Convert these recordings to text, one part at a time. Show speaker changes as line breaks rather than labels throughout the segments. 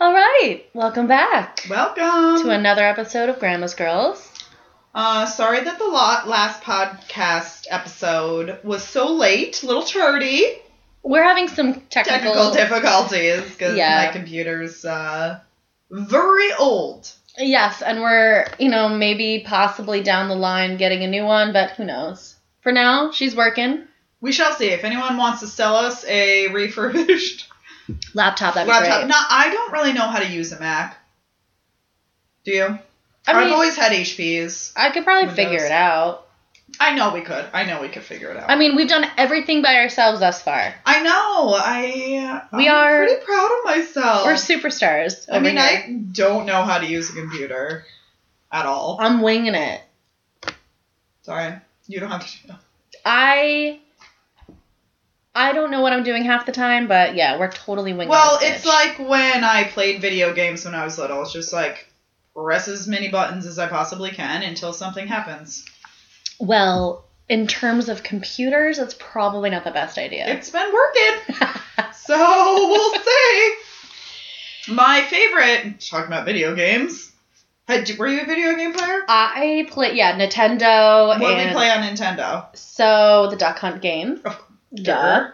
right, welcome back
Welcome.
to another episode of Grandma's Girls.
uh, sorry that the lot last podcast episode was so late, little turdy.
We're having some technical,
Technical difficulties because
Yeah.
my computer's uh, very old.
yes, and we're you know maybe possibly down the line getting a new one, but who knows? For now, she's working
We shall see. If anyone wants to sell us a refurbished
laptop. That'd
laptop,
be great.
no, I don't really know how to use a Mac. Do you?
I
I have
mean,
always had HPs.
I could probably
Windows.
figure it out.
I know we could. I know we could figure it out.
I mean, we've done everything by ourselves thus far.
I know. I
We
I'm
are-
pretty proud of myself.
We're superstars.
I
over
mean,
here.
I don't know how to use a computer at all.
I'm winging it.
Sorry, you don't have to.
I I don't know what I'm doing half the time, but yeah, we're totally winging
Well,
this
it's
bitch.
like when I played video games when I was little. It's just like press as many buttons as I possibly can until something happens.
well, in terms of computers, it's probably not the best idea.
It's been working, so we'll see. My favorite talking about video games. Had, were you a video game player?
I play yeah Nintendo
What did
and
we play Oh, on Nintendo?
so the Duck Hunt game.
Of
Duh.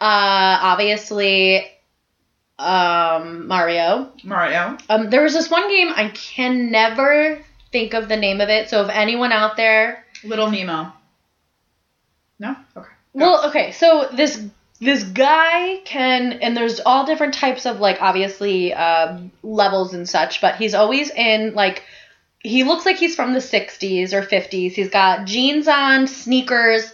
Uh, obviously, um, Mario.
Mario.
Um, there was this one game I can never think of the name of it. So if anyone out there
Little Nemo. No? Okay.
Well, okay, so this this guy can and there's all different types of like obviously um, levels and such, but he's always in like he looks like he's from the 60s or 50s. He's got jeans on, sneakers,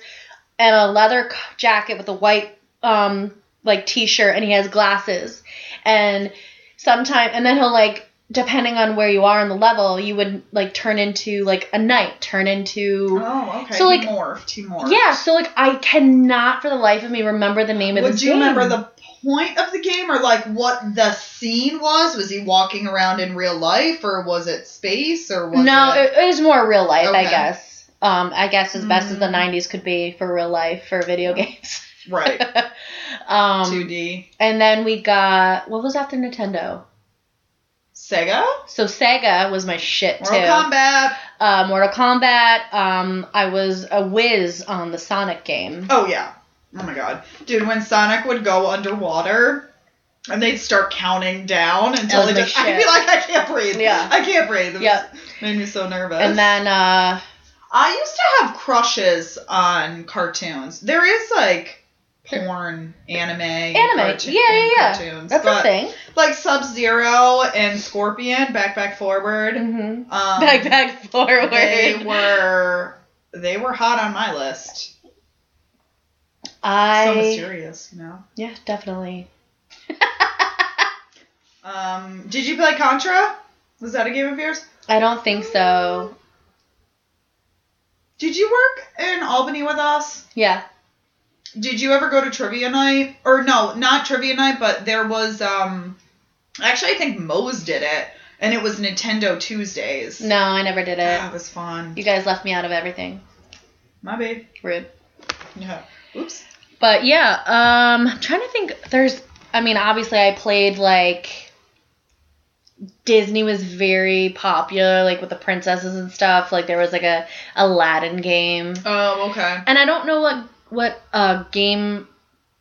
and a leather c- jacket with a white um like t-shirt and he has glasses. And sometime and then he'll like depending on where you are in the level, you would like turn into like a knight, turn into
Oh, okay.
So,
he
like-
morphed. He morphed.
yeah, so like I cannot for the life of me remember the name of
Would
this
you
game.
remember the point of the game or like what the scene was? Was he walking around in real life or was it space or was
No,
it,
it, it was more real life, I
Okay.
guess. Um, I guess as best as the
Mm.
'90s could be for real life for video games.
right
Um,
2D
and then we got what was after Nintendo?
Sega
So Sega was my shit too.
Mortal Kombat.
Uh, Mortal Kombat. Um, I was a whiz on the Sonic game.
Oh yeah. Oh my god, dude! When Sonic would go underwater and they'd start counting down until
was
they
my
just, I'd be
shit.
like, I can't breathe.
Yeah.
I can't breathe. It
Yep.
made me so nervous.
And then uh,
I used to have crushes on cartoons. There is like porn anime.
Anime. Yeah, yeah, yeah.
Cartoons,
that's
but
a thing.
Like Sub Zero and Scorpion, Back Back Forward. Um,
hmm back back forward.
They were they were hot on my list.
I
so mysterious, you know.
yeah, definitely.
Um, did you play Contra? Was that a game of yours?
I don't think so.
Did you work in Albany with us?
Yeah.
Did you ever go to trivia night? Or no, not trivia night, but there was um actually I think Moe's did it and it was Nintendo Tuesdays.
No, I never did it.
That was fun.
You guys left me out of everything.
My babe.
Rude.
Yeah. Oops.
But yeah, um I'm trying to think there's I mean, obviously I played like Disney was very popular like with the princesses and stuff. Like there was like a Aladdin game.
Oh, okay.
And I don't know what what uh game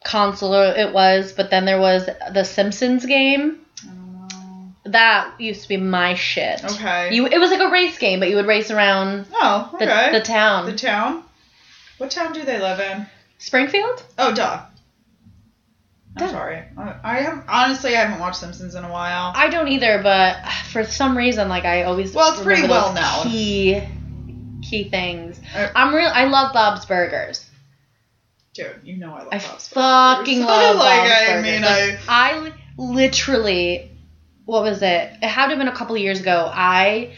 console it was, but then there was the Simpsons game.
I don't know.
That used to be my shit.
Uh, Okay.
You it was like a race game, but you would race around
oh,
the,
okay.
the town.
The town? What town do they live in?
Springfield?
Oh, duh. I'm
Duh.
sorry. I, I have honestly I haven't watched Simpsons in a while.
I don't either, but for some reason, like I always
Well, it's pretty
remember those
well known.
Key, key things.
Uh,
I'm real. I love Bob's Burgers.
Dude, you know I love
I
Bob's
fucking
Burgers.
love
like,
Bob's
I
Burgers.
mean,
Like,
I
I li- literally, what was it? It had to have been a couple years ago. I,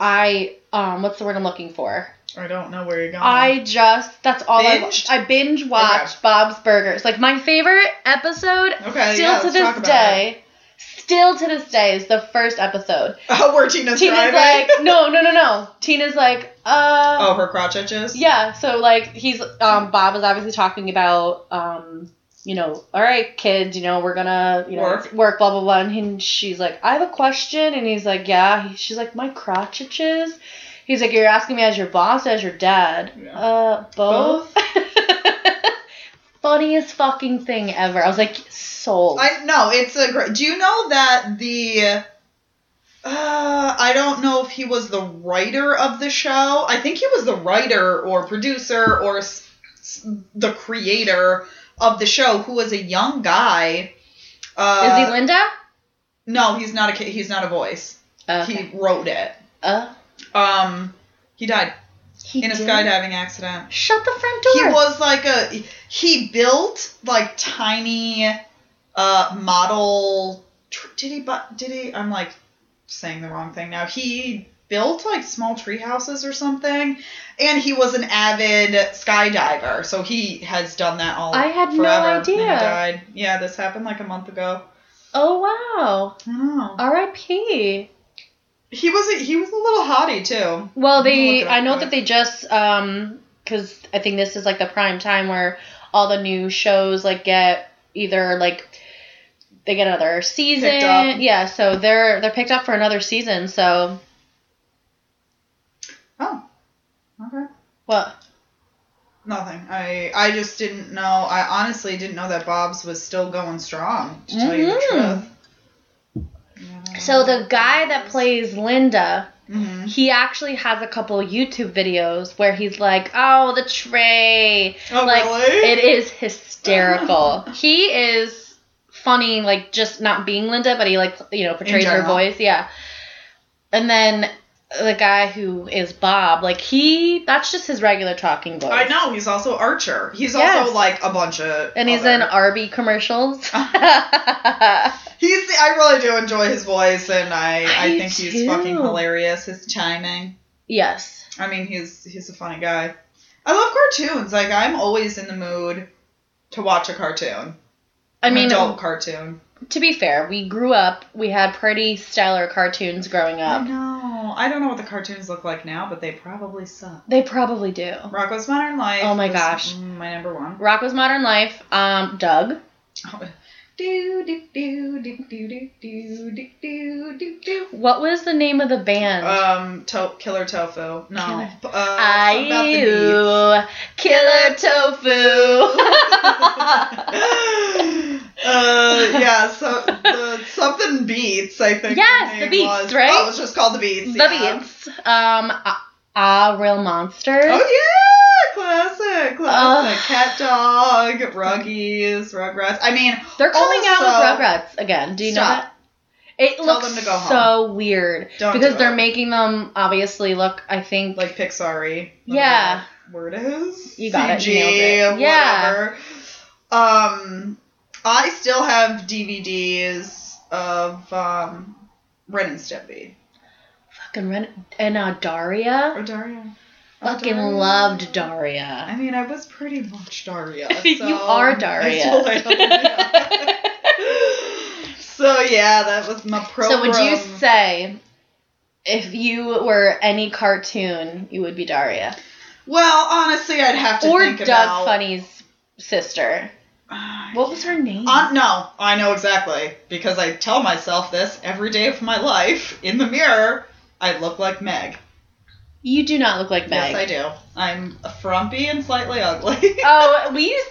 I, um, what's the word I'm looking for?
I don't know where you're going.
I just that's all I watched.
Uh-huh. Binged?
I binge watched Bob's Burgers. Like my favorite episode,
Okay,
still
Uh, yeah,
to
let's talk
this
about
day. Still to this day is the first episode.
Oh, where Tina's,
Tina's
driving.
like, no, no, no, no. Tina's like, uh,
oh, her crotch itches.
yeah. So like, he's um, Bob is obviously talking about um, you know, all right, kids, you know, we're gonna, you know,
Work.
work blah, blah, blah. And, he, and she's like, I have a question. And he's like, yeah. He, she's like, my crotch itches. He's like, you're asking me as your boss, as your dad?
Yeah.
Uh, both? Funniest fucking thing ever. I was like, sold.
I no, it's a great. Do you know that the? Uh, I don't know if he was the writer of the show. I think he was the writer or producer or s- s- the creator of the show, who was a young guy. Uh,
Is he Linda?
no, he's not a ki- he's not a voice.
Okay.
He wrote it.
uh,
Um, he died
he
in a
did?
skydiving accident.
Shut the front door.
He was like a he built like tiny uh model tr- did he but did he I'm like saying the wrong thing now. He built like small tree houses or something and he was an avid skydiver. So he has done that all
I had no
forever. and he
idea.
died. Yeah, this happened like a month ago.
oh, wow.
I don't know.
R.I.P.
He was a, he was a little hottie too.
Well,
I'm gonna look
they
it up
I know
quick.
that they just um because I think this is like the prime time where all the new shows like get either like they get another season.
Picked up.
Yeah, so they're they're picked up for another season. So
Oh. Okay.
what?
Nothing. I I just didn't know. I honestly didn't know that Bob's was still going strong. To tell you the
Mhm.
truth. Yeah.
So the guy that plays Linda,
Mhm.
he actually has a couple YouTube videos where he's like, "Oh, the tray."
Oh
like
really?
it is hysterical. he is funny, like just not being Linda, but he like you know portrays her
general.
voice, yeah. And then the guy who is Bob, like he that's just his regular talking voice.
I know. He's also Archer. He's
Yes.
also like a bunch of.
And he's in
other-
Arby commercials.
He's. The, I really do enjoy his voice, and I I,
I do
think he's
too.
fucking hilarious. His chiming.
yes.
I mean, he's he's a funny guy. I love cartoons. Like I'm always in the mood to watch a cartoon.
I mean,
an adult cartoon.
to be fair, we grew up, we had pretty stellar cartoons growing
I
up.
know. I don't know what the cartoons look like now, but they probably suck.
They probably do.
Rocco's Modern Life.
Oh my
was
gosh.
My number one.
Rocco's Modern Life, um, Doug.
Do, do, do, do, do, do, do, do, do, do, do.
What was the name of the band?
Um, to- Killer Tofu. No.
Killer-
P- Uh, about the meat.
Ayu, killer tofu.
uh, yeah, so the, something Beats, I think.
Yes, the
name
Beats,
was.
right?
Oh, it was just called The Beats.
the
yeah.
beats. Um, ah, ah, real monsters.
Oh, yeah! Classic,
Ugh.
classic. Cat Dog, Ruggies, Rugrats. I mean,
They're coming out
Also-
with Rugrats again. Do you know
Stop.
that? It
Tell
looks
them to go
so weird
Don't
because
do
they're
it.
making them obviously look. I think
like Pixar-y. whatever
Yeah.
that Word is.
You got it,
CG,
you nailed it. Yeah.
Whatever. Um, I still have DVDs of um, Ren and Stimpy.
fucking Ren- and uh, Daria.
Or Daria. Oh,
Fucking
Daria.
loved Daria.
I mean, I was pretty much Daria.
you
so
are
I still am,
Daria.
yeah. so yeah, that was my pro.
so would you say if you were any cartoon, you would be Daria?
Well, honestly, I'd have to
or
think
Doug
about.
Funny's sister. What was her name?
Uh, no, I know exactly because I tell myself this every day of my life in the mirror. I look like Meg.
you do not look like Meg.
Yes, I do. I'm frumpy and slightly ugly.
Oh, we used.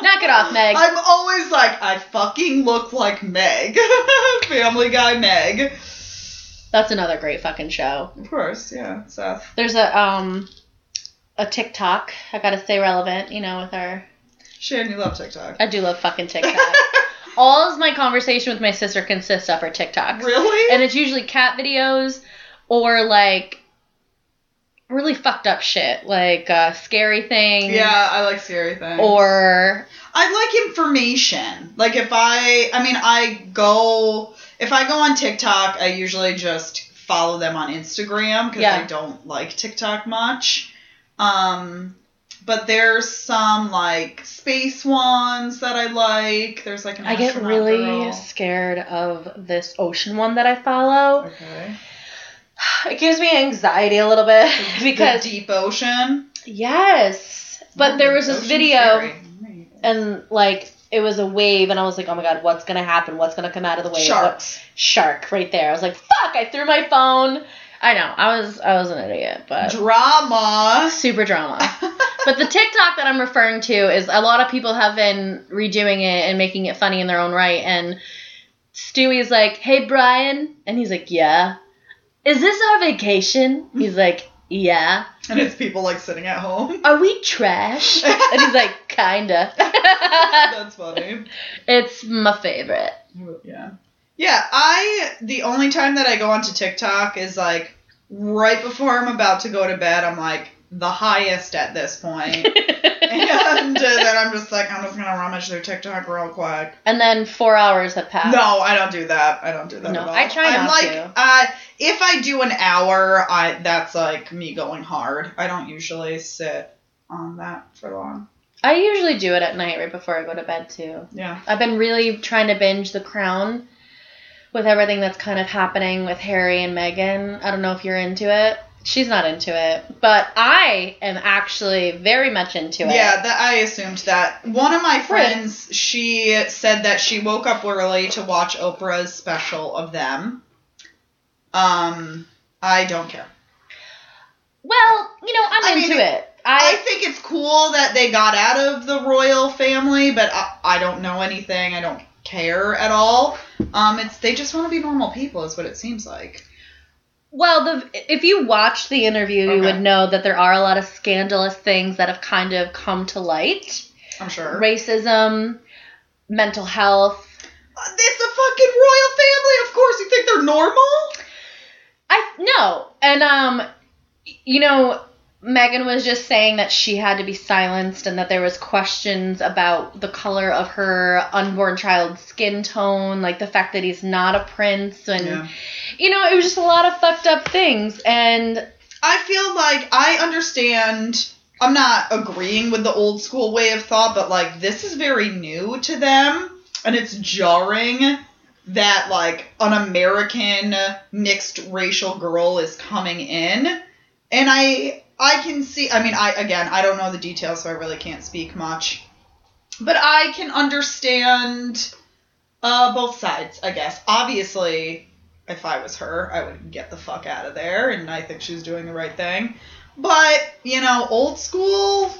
Knock it off, Meg.
I'm always like, I fucking look like Meg. Family Guy Meg.
That's another great fucking show.
Of course, yeah, Seth.
There's a um, a TikTok. I gotta stay relevant, you know, with our.
Shannon, you love TikTok.
I do love fucking TikTok. All of my conversation with my sister consists of her TikToks,
Really?
and it's usually cat videos or like really fucked up shit, like uh, scary things.
yeah, I like scary things.
Or
I like information. Like if I, I mean, I go if I go on TikTok, I usually just follow them on Instagram because
Yeah.
I don't like TikTok much. Um, but there's some like space ones that I like. There's like an
I get
astronaut
really
girl.
scared of this ocean one that I follow.
Okay.
It gives me anxiety a little bit because
the deep ocean.
yes, but there was this
Ocean's
video
scary.
and like it was a wave, and I was like, oh my god, what's gonna happen? What's gonna come out of the wave? What-
Sharks.
shark right there. I was like, fuck! I threw my phone. I know. I was I was an idiot, but
Drama.
super drama. but the TikTok that I'm referring to is a lot of people have been redoing it and making it funny in their own right. And Stewie's like, "Hey Brian," and he's like, "Yeah." Is this our vacation? He's like, "Yeah."
and it's people like sitting at home.
Are we trash? and he's like, "Kinda."
That's funny.
it's my favorite.
Yeah. Yeah, I the only time that I go onto TikTok is like right before I'm about to go to bed. I'm like the highest at this point. and uh, then I'm just like I'm just gonna rummage through TikTok real quick.
and then four hours have passed.
No, I don't do that. I don't do that
No,
at all.
I try
I'm
not
like,
to.
Uh, if I do an hour, I that's like me going hard. I don't usually sit on that for long.
I usually do it at night right before I go to bed too.
Yeah.
I've been really trying to binge The Crown with everything that's kind of happening with Harry and Meghan. I don't know if you're into it. She's not into it, but I am actually very much into it.
Yeah, that I assumed that. One of my
Really?
friends, she said that she woke up early to watch Oprah's special of them. Um, I don't care.
Well, you know, I'm
I mean,
into it.
I
I
think it's cool that they got out of the royal family, but I, I don't know anything. I don't care at all. Um, it's they just want to be normal people, is what it seems like.
well, the if you watch the interview, you
Okay.
would know that there are a lot of scandalous things that have kind of come to light.
I'm sure.
Racism, mental health,
Uh, It's a fucking royal family. Of course, you think they're normal?
I no, and um, you know, Megan was just saying that she had to be silenced and that there was questions about the color of her unborn child's skin tone, like the fact that he's not a prince, and
Yeah.
you know, it was just a lot of fucked up things. And
I feel like I understand. I'm not agreeing with the old school way of thought, but like this is very new to them, and it's jarring that like an American mixed racial girl is coming in, and I I can see. I mean, I again I don't know the details, so I really can't speak much, but I can understand uh, both sides. I guess obviously if I was her, I would get the fuck out of there, and I think she's doing the right thing. But you know, old school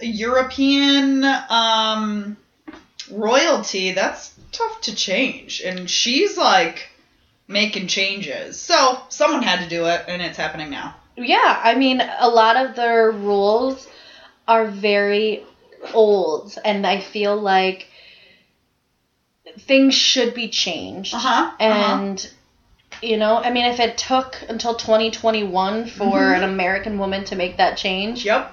European um, royalty—that's tough to change, and she's like making changes. So someone had to do it, and it's happening now.
yeah, I mean, a lot of their rules are very old, and I feel like things should be changed.
Uh huh.
And you know, I mean, if it took until 2021 for
Mhm.
an American woman to make that change,
yep.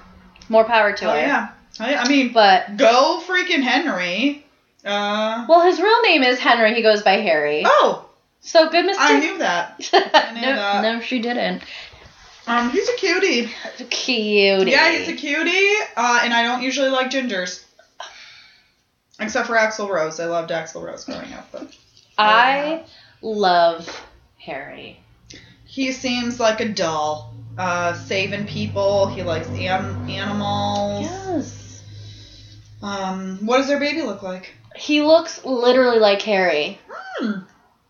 more power to
Oh
her.
yeah. Oh, yeah. I mean,
But
go freaking Henry. Uh
well, his real name is Henry. He goes by Harry.
oh,
So good
I
mistake.
knew that. knew
no,
that.
no, she didn't.
Um, he's a cutie.
Cutie.
Yeah, he's a cutie, uh, and I don't usually like gingers. Except for Axl Rose. I loved Axl Rose growing up, but Oh,
I love Harry.
he seems like a doll. Uh, saving people. He likes am- animals.
Yes.
Um, what does their baby look like?
He looks literally like Harry.
Hmm.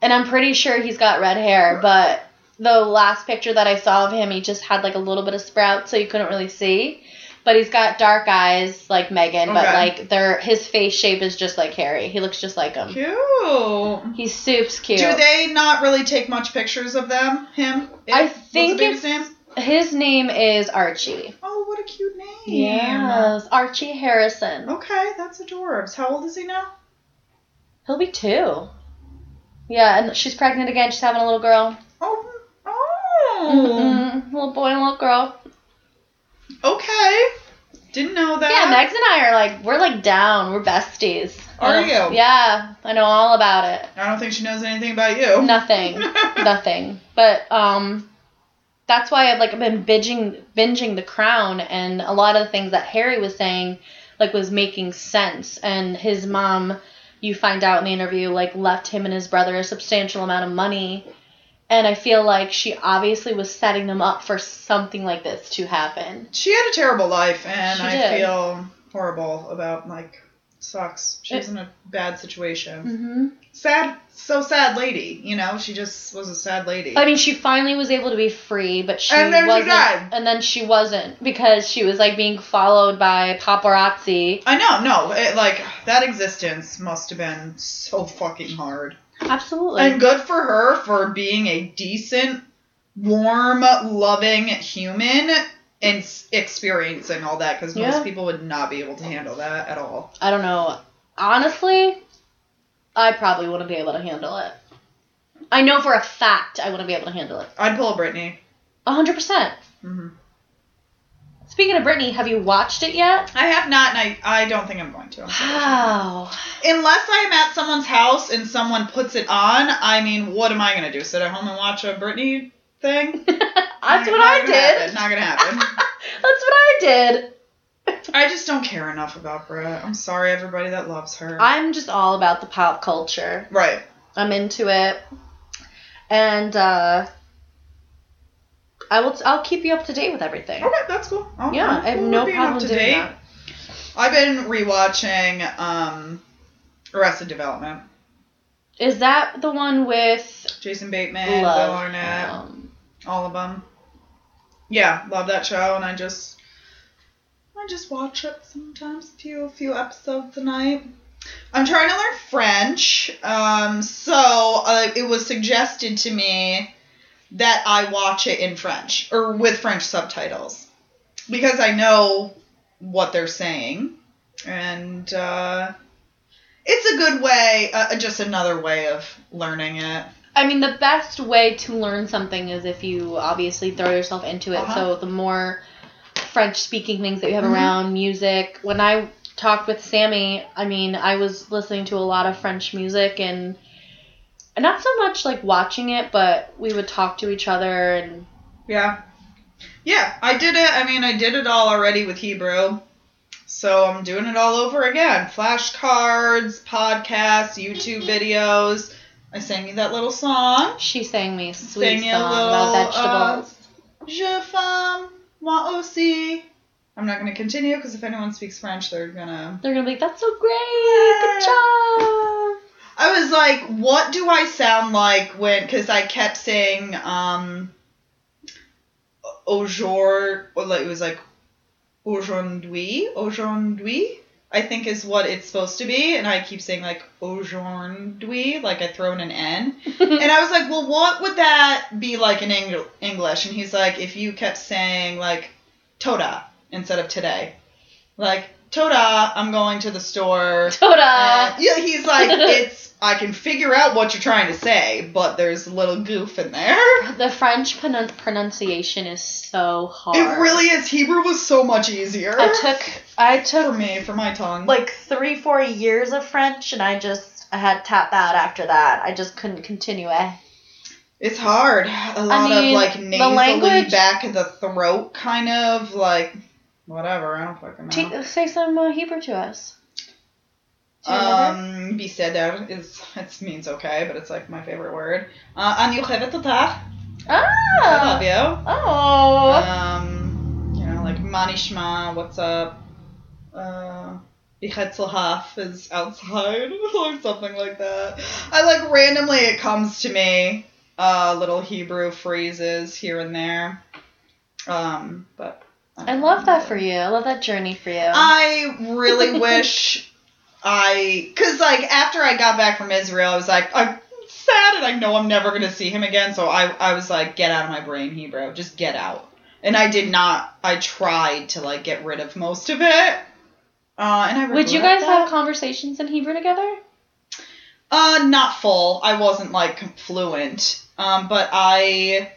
and I'm pretty sure he's got red hair, but the last picture that I saw of him, he just had like a little bit of sprout, so you couldn't really see. But he's got dark eyes like Megan, but
Okay.
like their his face shape is just like Harry. He looks just like him.
Cute.
He's soups cute.
Do they not really take much pictures of them? Him? It-
I
what's
think
the baby's
it's-
name?
his name is Archie.
Oh, what a cute name.
Yes, Archie Harrison.
Okay, that's adorbs. How old is he now?
He'll be two. Yeah, and she's pregnant again. She's having a little girl.
Oh. Oh.
Mm-mm, little boy and little girl.
Okay. Didn't know that.
Yeah, Megs and I are like we're like down. We're besties.
Are
Yeah.
you?
Yeah, I know all about it.
I don't think she knows anything about you.
Nothing, nothing. But um, that's why I've like been binging binging The Crown, and a lot of the things that Harry was saying like was making sense. And his mom, you find out in the interview, like left him and his brother a substantial amount of money. And I feel like she obviously was setting them up for something like this to happen.
She had a terrible life, and
She
I
did.
feel horrible about like Sucks. She was in a bad situation.
Mm-hmm.
Sad, so sad lady. You know, she just was a sad lady.
I mean, she finally was able to be free, but she
And then she
wasn't.
died.
And then she wasn't because she was like being followed by paparazzi.
I know, no, it, like that existence must have been so fucking hard.
Absolutely.
And good for her for being a decent, warm, loving human and s- experiencing all that because
Yeah.
most people would not be able to handle that at all.
I don't know. Honestly, I probably wouldn't be able to handle it. I know for a fact I wouldn't be able to handle it.
I'd pull a Britney.
A hundred percent.
hmm
Speaking of Britney, have you watched it yet?
I have not, and I, I don't think I'm going to.
Wow.
Unless I am at someone's house and someone puts it on, I mean, what am I going to do? Sit at home and watch a Britney thing?
That's what
Not- not
I
gonna happen,
did.
Not going to happen.
That's what I did.
I just don't care enough about Brett. I'm sorry, everybody that loves her.
I'm just all about the pop culture.
right.
I'm into it. And uh I will I'll keep you up to date with everything.
Okay, that's cool. I'll-
Yeah,
I'm
I have
cool
no
with being
problem
up to
doing
date.
that.
I've been rewatching um, Arrested Development.
Is that the one with
Jason Bateman,
love?
Will Arnett,
Um,
all of them. Yeah, love that show, and I just, I just watch it sometimes. A few, a few episodes a night. I'm trying to learn French, um, so uh, it was suggested to me that I watch it in French or with French subtitles because I know what they're saying, and uh, it's a good way, uh, just another way of learning it.
I mean, the best way to learn something is if you obviously throw yourself into it.
Uh-huh.
So the more French speaking things that you have
Mhm.
around, music. When I talked with Sammy, I mean, I was listening to a lot of French music and not so much like watching it, but we would talk to each other and
Yeah. Yeah, I did it. I mean, I did it all already with Hebrew. So I'm doing it all over again. Flashcards, podcasts, YouTube videos. I sang you that little song.
she sang me a sweet
Sang you a
song about
little, uh,
vegetables.
Je femme, moi aussi. I'm not going to continue because if anyone speaks French, they're going to.
They're gonna be like, that's so great, good job.
I was like, what do I sound like when. Because I kept saying, um. Au jour. Well, like, it was like. Aujourd'hui. Aujourd'hui. I think is what it's supposed to be. And I keep saying, like, aujourd'hui. Like, I throw in an N. and I was like, well, what would that be like in Eng- English? And he's like, if you kept saying, like, Toda instead of today. Like, Toda, I'm going to the store.
Toda.
Yeah, he's like, it's. I can figure out what you're trying to say, but there's a little goof in there.
The French pronun- pronunciation is so hard.
It really is. Hebrew was so much easier.
I took I took
for me for my tongue.
like three four years of French, and I just I had tapped out after that. I just couldn't continue it.
it's hard. A lot
mean,
of like
the
nasally
language-
back of the throat, kind of like whatever. I don't fucking know.
Take, say some uh, Hebrew to us. Do you remember?
Um, בסדר is it means okay, but it's like my favorite word. Uh, אני אוהבת אותך. I
Ah.
love you.
Oh.
Um, you know, like מה נשמע, what's up? Uh, בחץ לחף is outside or something like that. I like randomly it comes to me uh, little Hebrew phrases here and there. Um, but
I love that for you. I love that journey for you.
I really wish I, cause like after I got back from Israel, I was like, I'm sad and I know I'm never gonna see him again. So I, I was like, get out of my brain, Hebrew, just get out. And I did not. I tried to like get rid of most of it. Uh, and I
Would you
regret
guys have
that.
conversations in Hebrew together?
Uh, not full. I wasn't like fluent. Um, but I,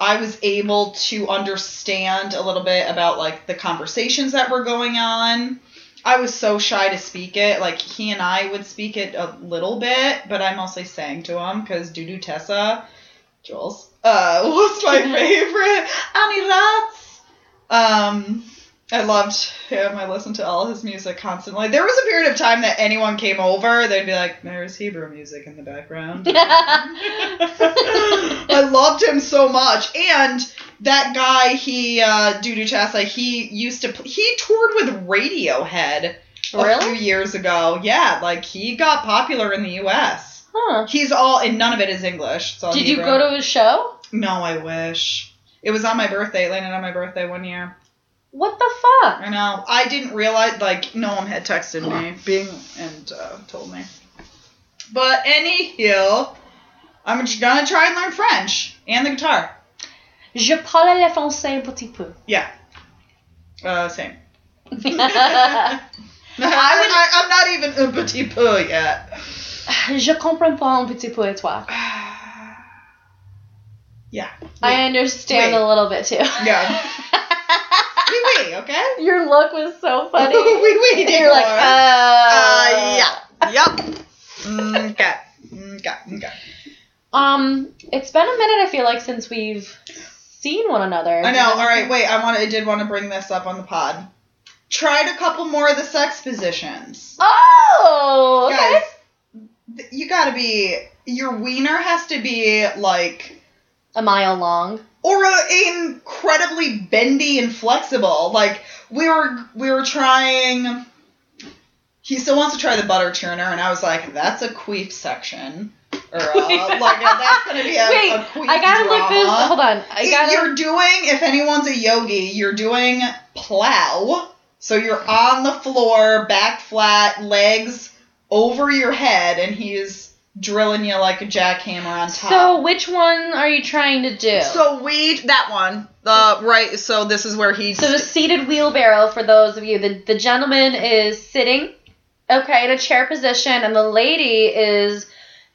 I was able to understand a little bit about like the conversations that were going on. I was so shy to speak it. Like he and I would speak it a little bit, but I mostly sang to him because Dudu Tessa, Jules, uh, was my favorite. Annie Ratz. Um, I loved him. I listened to all his music constantly. There was a period of time that anyone came over, they'd be like, "There's Hebrew music in the background." I loved him so much, and that guy, he uh, Dudu Chassa, he used to pl- he toured with Radiohead a
Really?
few years ago. Yeah, like he got popular in the U.S.
Huh.
He's all and none of it is English. It's all
Did you
Hebrew.
go to his show?
No, I wish. It was on my birthday. It landed on my birthday one year.
What the fuck?
I know. I didn't realize, like, no one had texted me being and uh, told me. But anyhow, I'm just gonna try and learn French and the guitar.
Je parle le français un petit peu.
Yeah. Uh, same.
Je
I would, I, I'm not even a petit peu yet.
comprends pas un petit peu et toi.
Yeah.
I understand
Wait.
a little bit too.
Yeah. Wee wee, okay?
Your look was so funny.
Wee wee,
You're like, uh,
Dior. Uh, yeah. Yep. Okay. Mm, Okay. Okay.
Um, it's been a minute. I feel like since we've seen one another.
I know. All right. Wait. I want. I did want to bring this up on the pod. Tried a couple more of the sex positions.
Oh, okay.
Guys, th- you gotta be. Your wiener has to be like,
A mile long.
or uh, incredibly bendy and flexible. Like we were, we were trying. He still wants to try the butter churner, and I was like, "That's a queef section." Or, uh, like that's gonna be a,
Wait,
a queef
I gotta look this.
drama.
Hold on. I
It-
gotta.
you're doing, if anyone's a yogi, you're doing plow. So you're on the floor, back flat, legs over your head, and he's drilling you like a jackhammer on
so
top.
which one are you trying to do?
we that one, uh, right? So this is where he.
So the seated wheelbarrow for those of you. The the gentleman is sitting, okay, in a chair position, and the lady is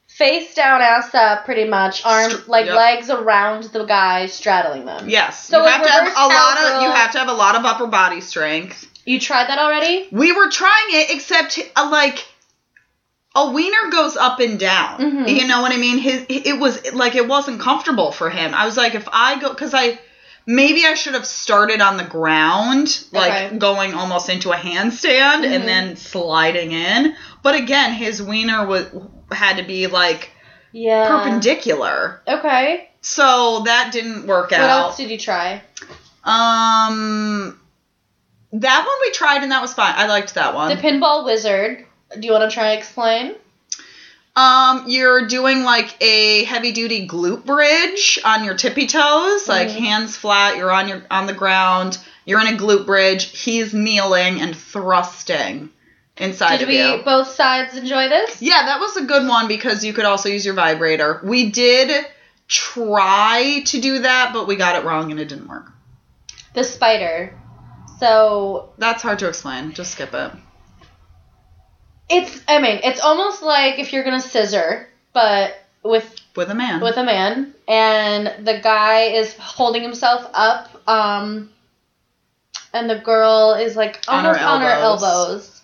face down, ass up, pretty much, arms
Str-
like
yep.
legs around the guy, straddling them.
yes.
so in reverse cowgirl-
to have a lot of upper body strength.
You tried that already?
We were trying it, except uh, like a wiener goes up and down.
Mhm.
You know what I mean? His it was like it wasn't comfortable for him. I was like, if I go, because I maybe I should have started on the ground, like
Okay.
going almost into a handstand
Mhm.
and then sliding in. But again, his wiener was had to be like
Yeah.
perpendicular.
Okay.
So that didn't work
What
out.
else did you try?
Um, that one we tried and that was fine. I liked that one.
The pinball wizard. Do you want to try and explain?
Um, you're doing like a heavy duty glute bridge on your tippy toes, like
Mhm.
hands flat, you're on your on the ground, you're in a glute bridge, he's kneeling and thrusting inside
Did
of
we
you.
both sides enjoy this?
Yeah, that was a good one because you could also use your vibrator. We did try to do that, but we got it wrong and it didn't work.
The spider. So
That's hard to explain. Just skip it.
it's I mean, it's almost like if you're gonna scissor, but with
With a man.
with a man and the guy is holding himself up, um and the girl is like
On her
almost on her elbows.
elbows.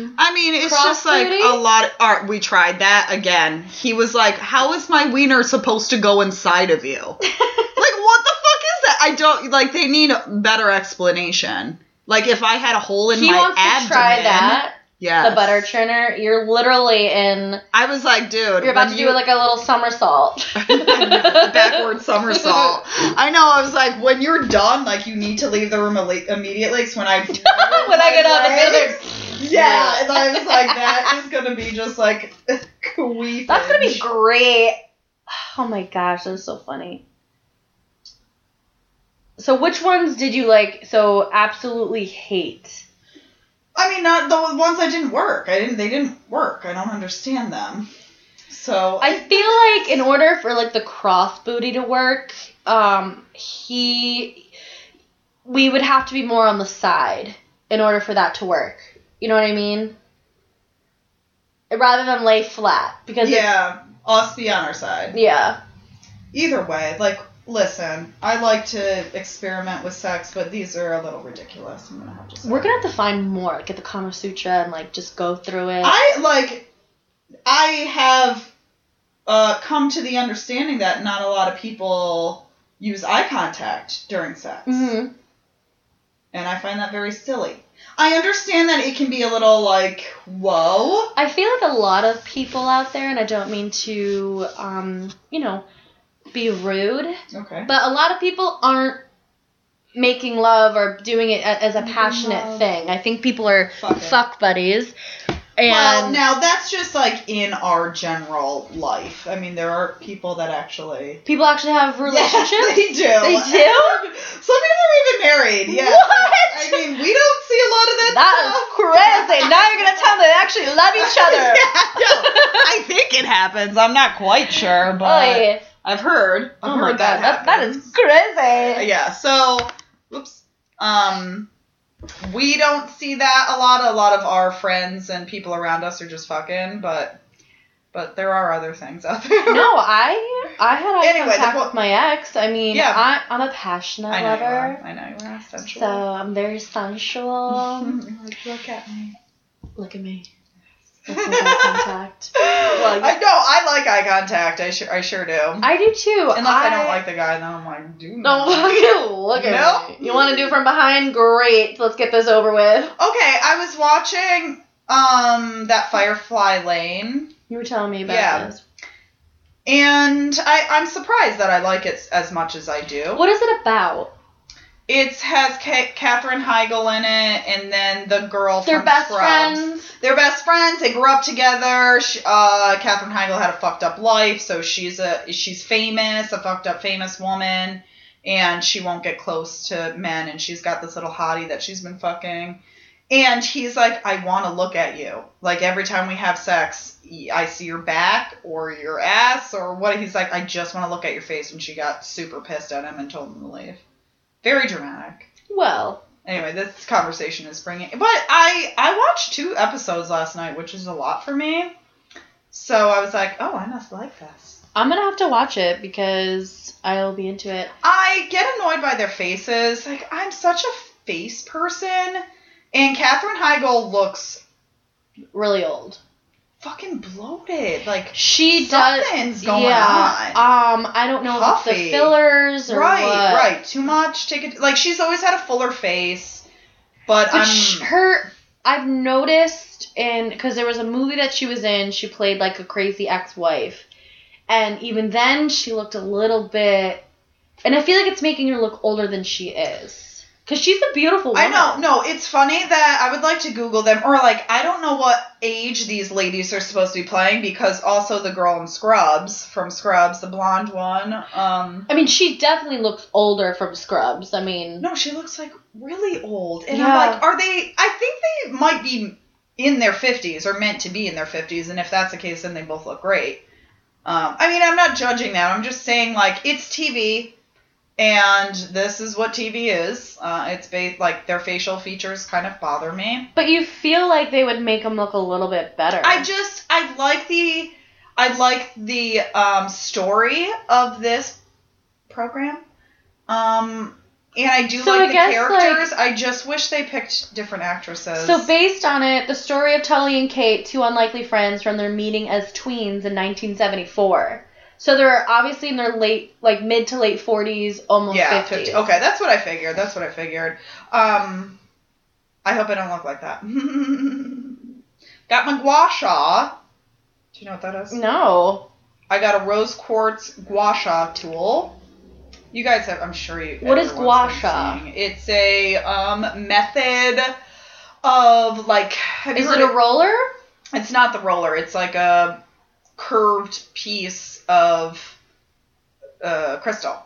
Um
I mean, it's just like
Cross-breeding?
a lot. Of, all right, we tried that again. He was like, "How is my wiener supposed to go inside of you?" like, what the fuck is that? I don't like. They need a better explanation. Like, if I had a hole in
he
my
wants
abdomen,
to try that.
Yes.
The butter churner. You're literally in
I was like, dude,
You're about
when
to
you-
do like a little somersault.
backward somersault. I know. I was like, when you're done, like you need to leave the room alle- immediately. 'cause when I when
when I get out of bed,
yeah, and I was like, that is gonna be just like queefage.
that's gonna be great. Oh my gosh, that's so funny. So which ones did you like? So absolutely hate.
I mean, not the ones that didn't work. I didn't. They didn't work. I don't understand them. So
I feel like in order for like the cross booty to work, um, he, we would have to be more on the side in order for that to work. You know what I mean? Rather than lay flat because yeah,
yeah, us be on our side.
yeah.
Either way, like, listen, I like to experiment with sex, but these are a little ridiculous. I'm gonna have to say.
We're gonna have to find more, like, get the Kama Sutra and like just go through it.
I like. I have uh, come to the understanding that not a lot of people use eye contact during sex.
hmm
and I find that very silly. I understand that it can be a little like, whoa.
I feel like a lot of people out there, and I don't mean to, um, you know, be rude,
Okay.
but a lot of people aren't making love or doing it a- as a passionate
Love.
thing. I think people are
Fucking.
fuck buddies. And
well, now that's just like in our general life. I mean, there are people that actually
people actually have relationships.
Yeah, they do.
They do?
Some people are even married. Yeah.
What?
I mean, we don't see a lot of that.
That is crazy. Now you're gonna tell me they actually love each other.
I think it happens. I'm not quite sure,
oh, yeah.
I've heard. I've
oh
heard
my god,
that
that, that
happens.
is crazy.
yeah so whoops um we don't see that a lot a lot of our friends and people around us are just fucking but but there are other things out there
No, I I had eye
Anyway, the
contact
po-
with my ex. I mean,
Yeah.
I, I'm a passionate
i know you are
lover,
i know you are sensual
so I'm very sensual.
look at me
Look at me. Let's make eye contact. Well,
I know. I like eye contact. I sure, I sure do.
I do too.
Unless I, don't like the guy, then I'm like, do
Don't
not.
fucking look at
No.
me. You want to do from behind? Great. Let's get this over with.
Okay, I was watching um that Firefly Lane
You were telling me about
Yeah.
this.
And I, I'm surprised that I like it as much as I do.
What is it about?
It has Ka- Katherine Heigl in it, and then the girl
They're
from
best
Scrubs.
friends.
They're best friends. They grew up together. She, uh, Katherine Heigl had a fucked up life, so she's a she's famous, a fucked up famous woman, and she won't get close to men. And she's got this little hottie that she's been fucking, and he's like, I want to look at you. Like every time we have sex, y- I see your back or your ass or what. He's like, I just want to look at your face. And she got super pissed at him and told him to leave. Very dramatic
Well,
anyway this conversation is bringing but i i watched two episodes last night which is a lot for me so i was like oh i must like this
I'm gonna have to watch it because I'll be into it.
i get annoyed by their faces like i'm such a face person and katherine heigl looks
Really old.
fucking bloated like
She
Something's
does.
going
yeah. Um, I don't know if it's
Puffy.
the fillers or
right
what.
right too much take it like she's always had a fuller face but,
But
i'm
sh- her, I've noticed in because there was a movie that she was in. She played like a crazy ex-wife, and even then she looked a little bit. And I feel like it's making her look older than she is, because she's a beautiful.
I
Woman.
know. No, it's funny that I would like to Google them or like I don't know what age these ladies are supposed to be playing because also the girl in Scrubs from Scrubs, the blonde one. Um,
I mean, she definitely looks older from Scrubs. I mean,
no, she looks like really old, and
Yeah.
I'm like, are they? I think they might be in their fifties or meant to be in their fifties, and if that's the case, then they both look great. Um, I mean, I'm not judging them. I'm just saying like it's TV. And this is what TV is. Uh, it's based like their facial features kind of bother me.
but you feel like they would make them look a little bit better.
I just I like the I like the um, story of this program. Um and I do
So I
like the
guess,
characters. I just wish they picked different actresses.
So based on it, the story of Tully and Kate, two unlikely friends from their meeting as tweens in 1974. So they're obviously in their late, like mid to late 40s, almost
yeah,
50s.
50. Okay, that's what I figured. That's what I figured. Um I hope I don't look like that. got my gua sha. Do you know what that is?
No.
I got a rose quartz gua sha tool. You guys have, I'm sure you.
What is
everyone's
gua
been
sha?
seeing. It's a um, method of like. Have you
Is
heard
it a
of-
roller?
It's not the roller. It's like a curved piece of uh, crystal.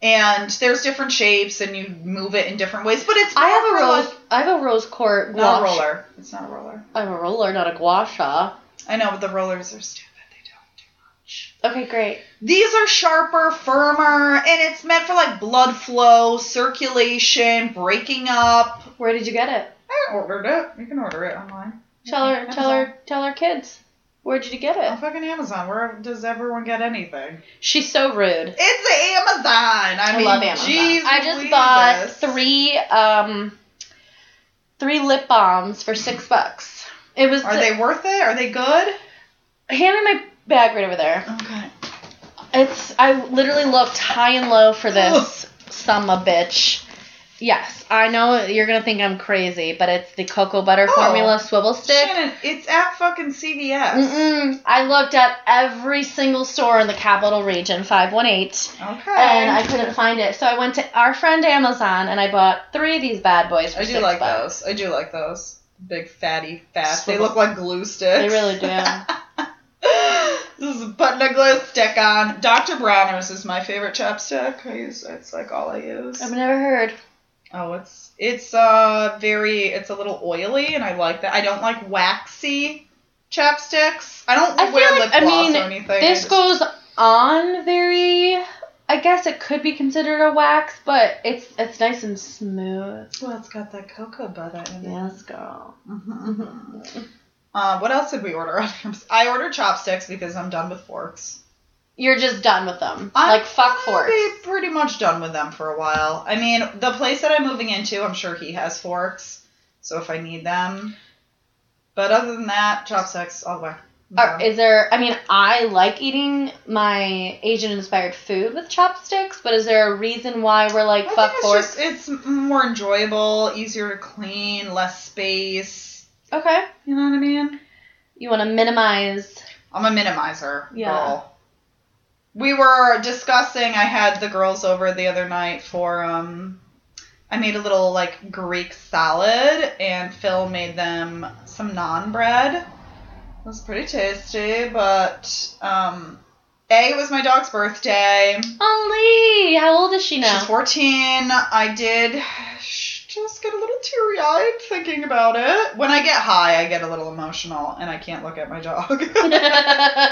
And there's different shapes, and you move it in different ways. But it's
I have
more
a
for,
rose.
like-
I have a rose court
Not
gua
a
sha.
roller. It's not a roller.
I have a roller, not a gua sha.
I know, but the rollers are stupid. They don't do much.
Okay, great.
These are sharper, firmer, and it's meant for like blood flow, circulation, breaking up.
Where did you get it?
I ordered it. You can order it online.
Tell her,
Amazon.
tell her, tell her kids. Where did you get
On
it?
fucking Amazon. Where does everyone get anything?
She's so rude.
It's Amazon. I,
I,
mean,
love Amazon.
Jeez
I just
Louise.
bought three um three lip balms for six bucks. It was
Are
the-
they worth it? Are they good?
hand me my bag right over there.
Okay.
It's I literally looked high and low for this summer bitch. Yes, I know you're gonna think I'm crazy, but it's the cocoa butter
Oh.
formula swivel stick.
Shannon, it's at fucking CVS.
Mm-mm. I looked at every single store in the capital region, 518,
Okay.
and I couldn't find it. So I went to our friend Amazon and I bought three of these bad boys for
I do
six
like
bucks.
those. I do like those. Big fatty fat. They
Swivel.
look like glue sticks.
They really do.
this is putting a glue stick on. Dr. Bronner's is my favorite chapstick. I use it's like all I use.
I've never heard.
Oh, it's it's uh very it's a little oily and I like that. I don't like waxy chapsticks. I don't
I feel
wear
like-
lip
I
gloss
mean,
or anything. I
This
just-
goes on very. I guess it could be considered a wax, but it's it's nice and smooth.
well, it's got that cocoa butter in it.
Yes, girl.
Uh, what else did we order on Amazon? I ordered chopsticks because I'm done with forks.
You're just done with them.
I'm
like fuck
gonna
forks.
be pretty much done with them for a while. I mean, the place that I'm moving into, I'm sure he has forks, so if I need them. But other than that, chopsticks all the way. I'm
Are,
done.
is there? I mean, I like eating my Asian-inspired food with chopsticks, but is there a reason why we're like
I
fuck
think it's
forks?
just it's more enjoyable, easier to clean, less space.
Okay,
You know what I mean?
you want to minimize.
I'm a minimizer.
Yeah.
Girl. We were discussing. I had the girls over the other night for um. I made a little like Greek salad, and Phil made them some naan bread. It was pretty tasty, but um, a it was my dog's birthday.
Ollie, how old is she
She's
now?
14. I did sh- just get a little teary eyed thinking about it. When I get high, I get a little emotional and I can't look at my dog.
Sorry,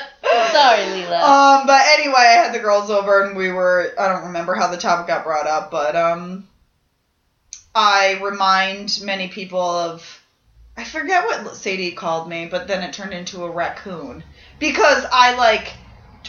Leela.
Um, but anyway, I had the girls over and we were I don't remember how the topic got brought up, but um I remind many people of I forget what Sadie called me, but then it turned into a raccoon because I like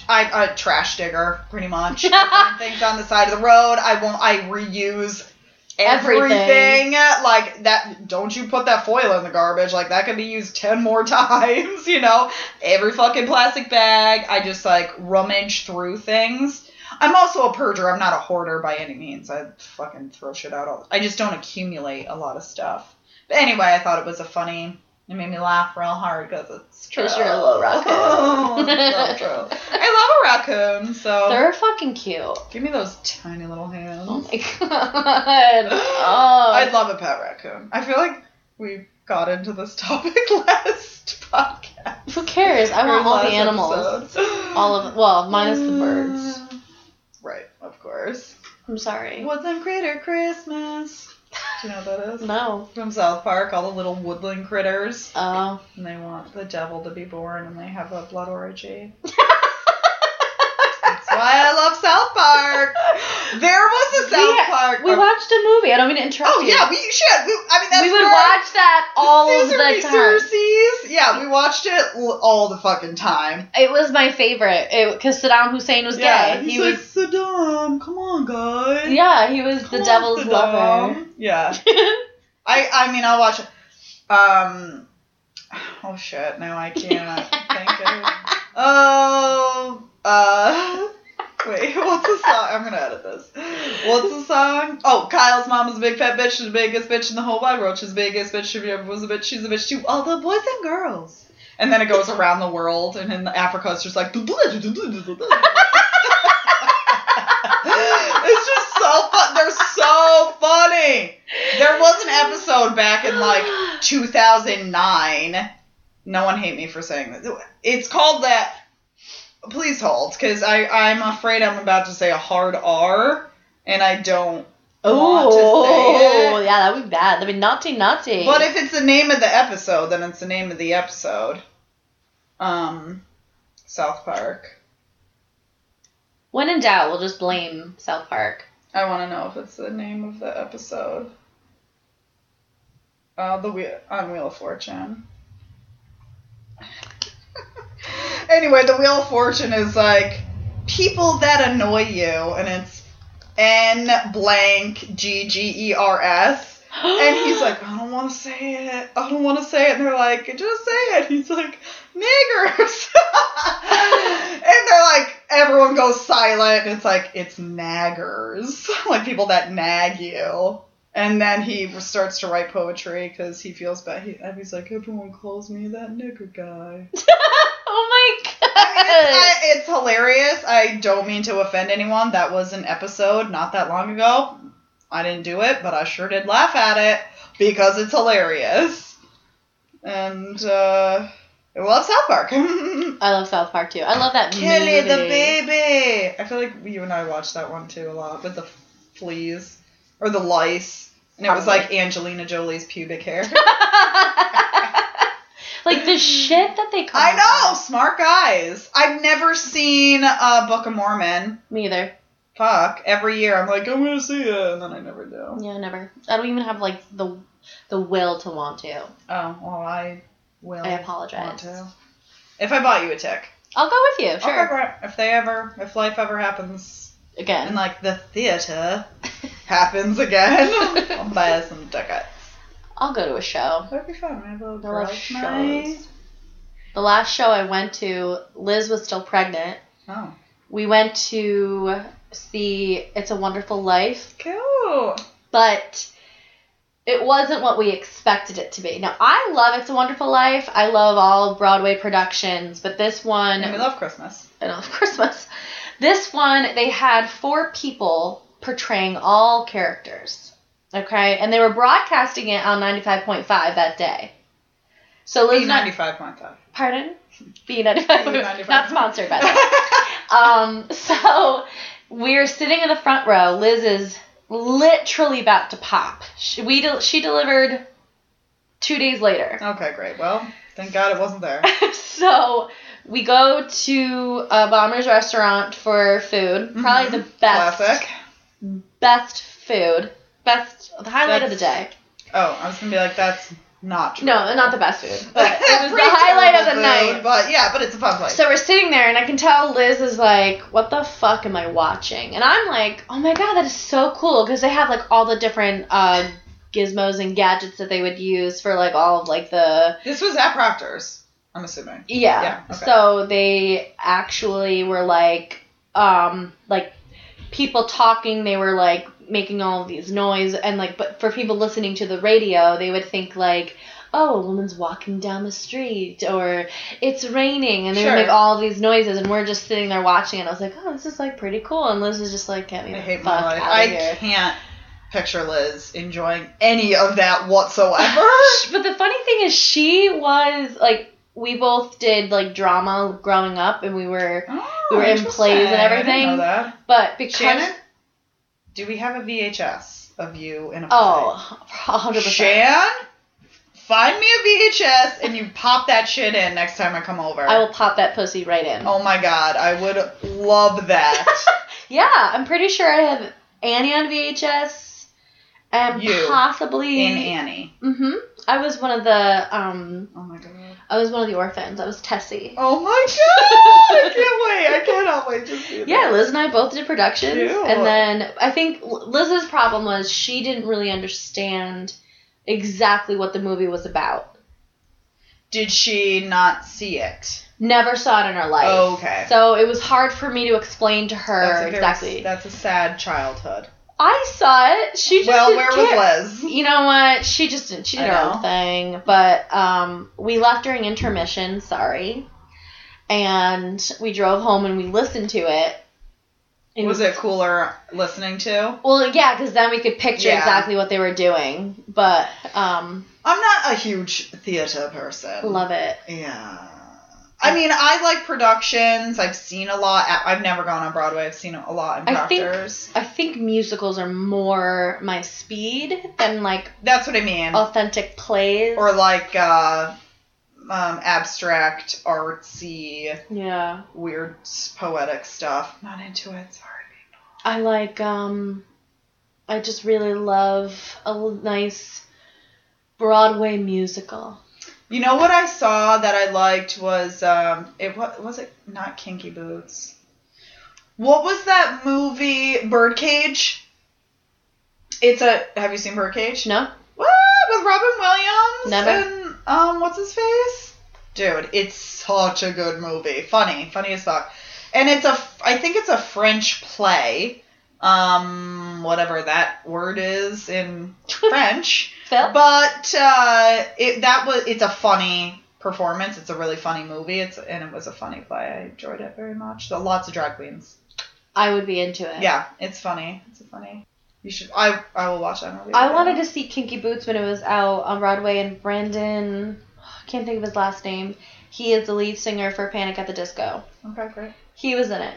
I'm a trash digger pretty much. I find things on the side of the road, I won't I reuse
Everything.
everything. Like that don't you put that foil in the garbage like that can be used 10 more times, you know every fucking plastic bag. I just like rummage through things. I'm also a purger. I'm not a hoarder by any means. I fucking throw shit out. All, I just don't accumulate a lot of stuff. But anyway, I thought it was a funny. It made me laugh real hard because it's true.
'Cause you're a
oh.
little raccoon.
It's so true. I love a raccoon. So
They're fucking cute.
give me those tiny little hands.
Oh my god. Oh.
I'd love a pet raccoon. I feel like we got into this topic last podcast.
Who cares? I want
Or
all the
last
animals.
episode.
All of well, minus the birds.
Uh, Right, of course.
I'm sorry.
Woodland Critter Christmas. Do you know what that is?
No.
From South Park, all the little woodland critters,
Oh.
and they want the devil to be born, and they have a blood orgy. That's why I love South Park. There was a South
Yeah,
Park.
We
or-
watched a movie. I don't mean to interrupt
oh
you.
yeah, we should. We, I mean, that's
we would
where-
watch that all of
Caesar
the
be
time.
Circes. Yeah, we watched it l- all the fucking time.
It was my favorite. It because Saddam Hussein was
Yeah,
gay.
he's
He
like
was.
Saddam. Come on, guys.
Yeah, he was
Come
the
on,
devil's
Saddam."
lover.
Yeah. I I mean I'll watch it. Um. Oh shit! Now I can't think of. Oh. Uh. Wait. What's the song? I'm gonna edit this. What's the song? Oh, Kyle's mom is a big fat bitch. She's the biggest bitch in the whole wide world. She's the biggest bitch. She ever was a bitch. She's a bitch to all the boys and girls. And then it goes around the world, and in Africa, it's just like. it's just so fun. They're so funny. There was an episode back in like 2009. No one hate me for saying this. It's called that. Please hold, because I I'm afraid I'm about to say a hard R, and I don't want to say
Oh,
it.
yeah, that'd be bad. That'd be naughty, naughty.
But if it's the name of the episode, then it's the name of the episode. Um, South Park.
when in doubt, we'll just blame South Park.
I want to know if it's the name of the episode. Uh, the wheel on Wheel of Fortune. anyway, the Wheel of Fortune is like people that annoy you, and it's N blank G G E R S. And he's like, I don't want to say it. I don't want to say it. And they're like, just say it. He's like, niggers. and they're like, everyone goes silent. And it's like, it's naggers. like people that nag you. And then he starts to write poetry because he feels bad. He, and he's like, everyone calls me that nigger guy.
oh my
I mean,
god.
it's- I- it's hilarious. I don't mean to offend anyone. That was an episode not that long ago. I didn't do it, but I sure did laugh at it because it's hilarious. And uh, I love South Park. Kelly
I love South Park too. I love that movie.
the baby. I feel like you and I watched that one too a lot with the fleas or the lice, and it was
Probably.
like Angelina Jolie's pubic hair.
like the shit that they call
I know, smart guys. I've never seen uh, Book of Mormon.
Me either.
Fuck. Every year I'm like, I'm gonna see it, and then I never do.
Yeah, never. I don't even have like the the will to want to.
Oh, well, I will.
I apologize.
Want to. If I bought you a tick.
I'll go with you,
Okay,
sure.
great. If they ever, if life ever happens, and
Again.
like the theater happens again, I'll buy us some tickets.
I'll go to a show.
That'd be fun. We have a little
I love
girls' night.
shows. The last show I went to, Liz was still pregnant.
Oh,
We went to see It's a Wonderful Life,
cool.
but it wasn't what we expected it to be. Now, I love It's a Wonderful Life. I love all Broadway productions, but this one
And we love Christmas.
and of Christmas. This one, they had four people portraying all characters. Okay, and they were broadcasting it on 95.5 that day. So Liz and I-
B95.5.
pardon? B95. Not sponsored by the way. Um, so we're sitting in the front row. Liz is literally about to pop. She, we del- she delivered two days later.
okay, great. Well, thank God it wasn't there.
so we go to a bomber's restaurant for food. Probably the best,
Classic.
best food, best the highlight of the day.
That's- Oh, I was gonna be like, that's not true.
No, not the best food, but it was the
Pretty
highlight of the
terrible
night.
food, But yeah, but it's a fun place.
So we're sitting there, and I can tell Liz is like, "What the fuck am I watching?" And I'm like, "Oh my god, that is so cool!" Because they have like all the different uh, gizmos and gadgets that they would use for like all of like the
this was at Proctor's, I'm assuming.
yeah.
Yeah, okay.
So they actually were like, um, like people talking. They were like making all of these noise, and like, but for people listening to the radio, they would think like. Oh, a woman's walking down the street, or it's raining, and they
Sure.
would make all these noises, and we're just sitting there watching, and I was like, oh, this is like pretty cool, and Liz was just like, get me
I
the
hate my
fuck
life.
out of
I
here.
can't picture Liz enjoying any of that whatsoever. Oh,
but the funny thing is, she was like, we both did like drama growing up, and we were
Oh,
We were in plays and
interesting. I didn't
everything.
know that.
But because
Shannon, do we have a VHS of you in a play?
oh, 100 percent.
Shan, find me a VHS and you pop that shit in next time I come over.
I will pop that pussy right in.
Oh my god, I would love that.
Yeah, I'm pretty sure I have Annie on VHS and
You
possibly
in Annie.
hmm I was one of the um
Oh my god.
I was one of the orphans. I was Tessie.
Oh my god! I can't wait. I cannot wait to see that.
Yeah, Liz and I both did productions,
Ew.
and then I think L- Liz's problem was she didn't really understand exactly what the movie was about.
Did she not see it?
Never saw it in her life.
Oh, Okay.
So it was hard for me to explain to her
a very-
exactly.
That's a sad childhood.
I saw it. She just
Well,
didn't
where
care.
was Liz?
You know what? She just didn't. She did
I
her
know.
own thing. But um, we left during intermission. Sorry, and we drove home and we listened to it.
Was it cooler listening to?
Well, yeah, because then we could picture
Yeah.
exactly what they were doing. But um,
I'm not a huge theater person.
love it.
Yeah. I mean, I like productions. I've seen a lot. At, I've never gone on Broadway. I've seen a lot in
I think-
Proctor's.
I think musicals are more my speed than like
That's what I mean.
authentic plays.
Or like uh, um, abstract, artsy.
yeah,
weird s- poetic stuff. Not into it. Sorry.
I like um I just really love a l- nice Broadway musical.
You know what I saw that I liked was um it was was it not Kinky Boots. What was that movie Birdcage? It's a have you seen Birdcage?
No?
What with Robin Williams
Never.
and um what's his face? Dude, it's such a good movie. Funny, funny as fuck. And it's a I think it's a French play um, whatever that word is in French.
Phil?
But uh, it that was it's a funny performance. It's a really funny movie. It's and it was a funny play. I enjoyed it very much. So lots of drag queens.
I would be into it.
Yeah, it's funny. It's a funny. You should. I I will watch that movie.
I wanted to see Kinky Boots when it was out on Broadway, and Brandon, I can't think of his last name. He is the lead singer for Panic at the Disco.
Okay, great.
He was in it.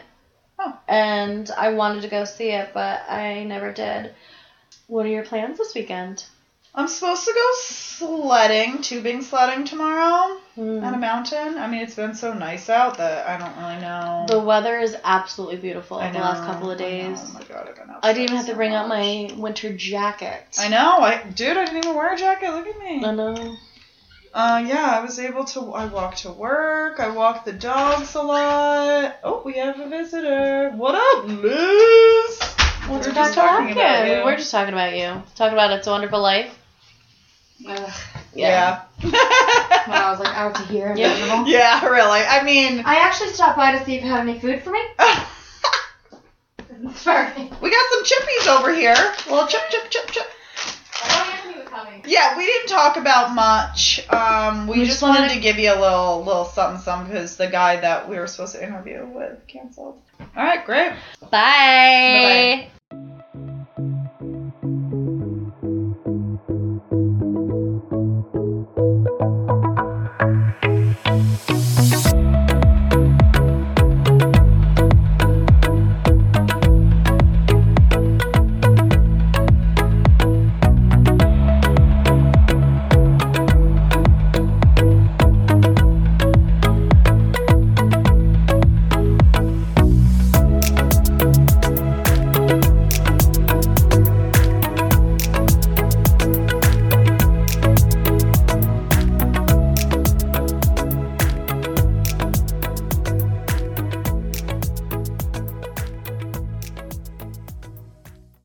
Oh.
And I wanted to go see it, but I never did. What are your plans this weekend?
I'm supposed to go sledding, tubing sledding tomorrow
Hmm.
at a mountain. I mean, it's been so nice out that I don't really know.
The weather is absolutely beautiful
I
the last
know,
couple of
I know.
days.
Oh my god, I've been
I, didn't even
outside
have to
so
bring out
much.
my winter jacket.
I know, I dude, I didn't even wear a jacket. Look at me.
I know.
Uh, yeah, I was able to. I walked to work. I walked the dogs a lot. Oh, we have a visitor. What up, Liz?
What's
We
we
were just talking about
We
you.
were just talking about you. Talking about It's a Wonderful Life.
Ugh.
Yeah.
When I was like out to here.
Yeah.
miserable.
yeah, really. I mean,
I actually stopped by to see if you had any food for me. Perfect.
we got some chippies over here. Well, chip, chip, chip, chip.
I don't even coming.
Yeah, we didn't talk about much. Um, we,
We
just
just
wanted
wanted-
to give you a little, little something, something because the guy that we were supposed to interview with canceled. All right, great.
Bye.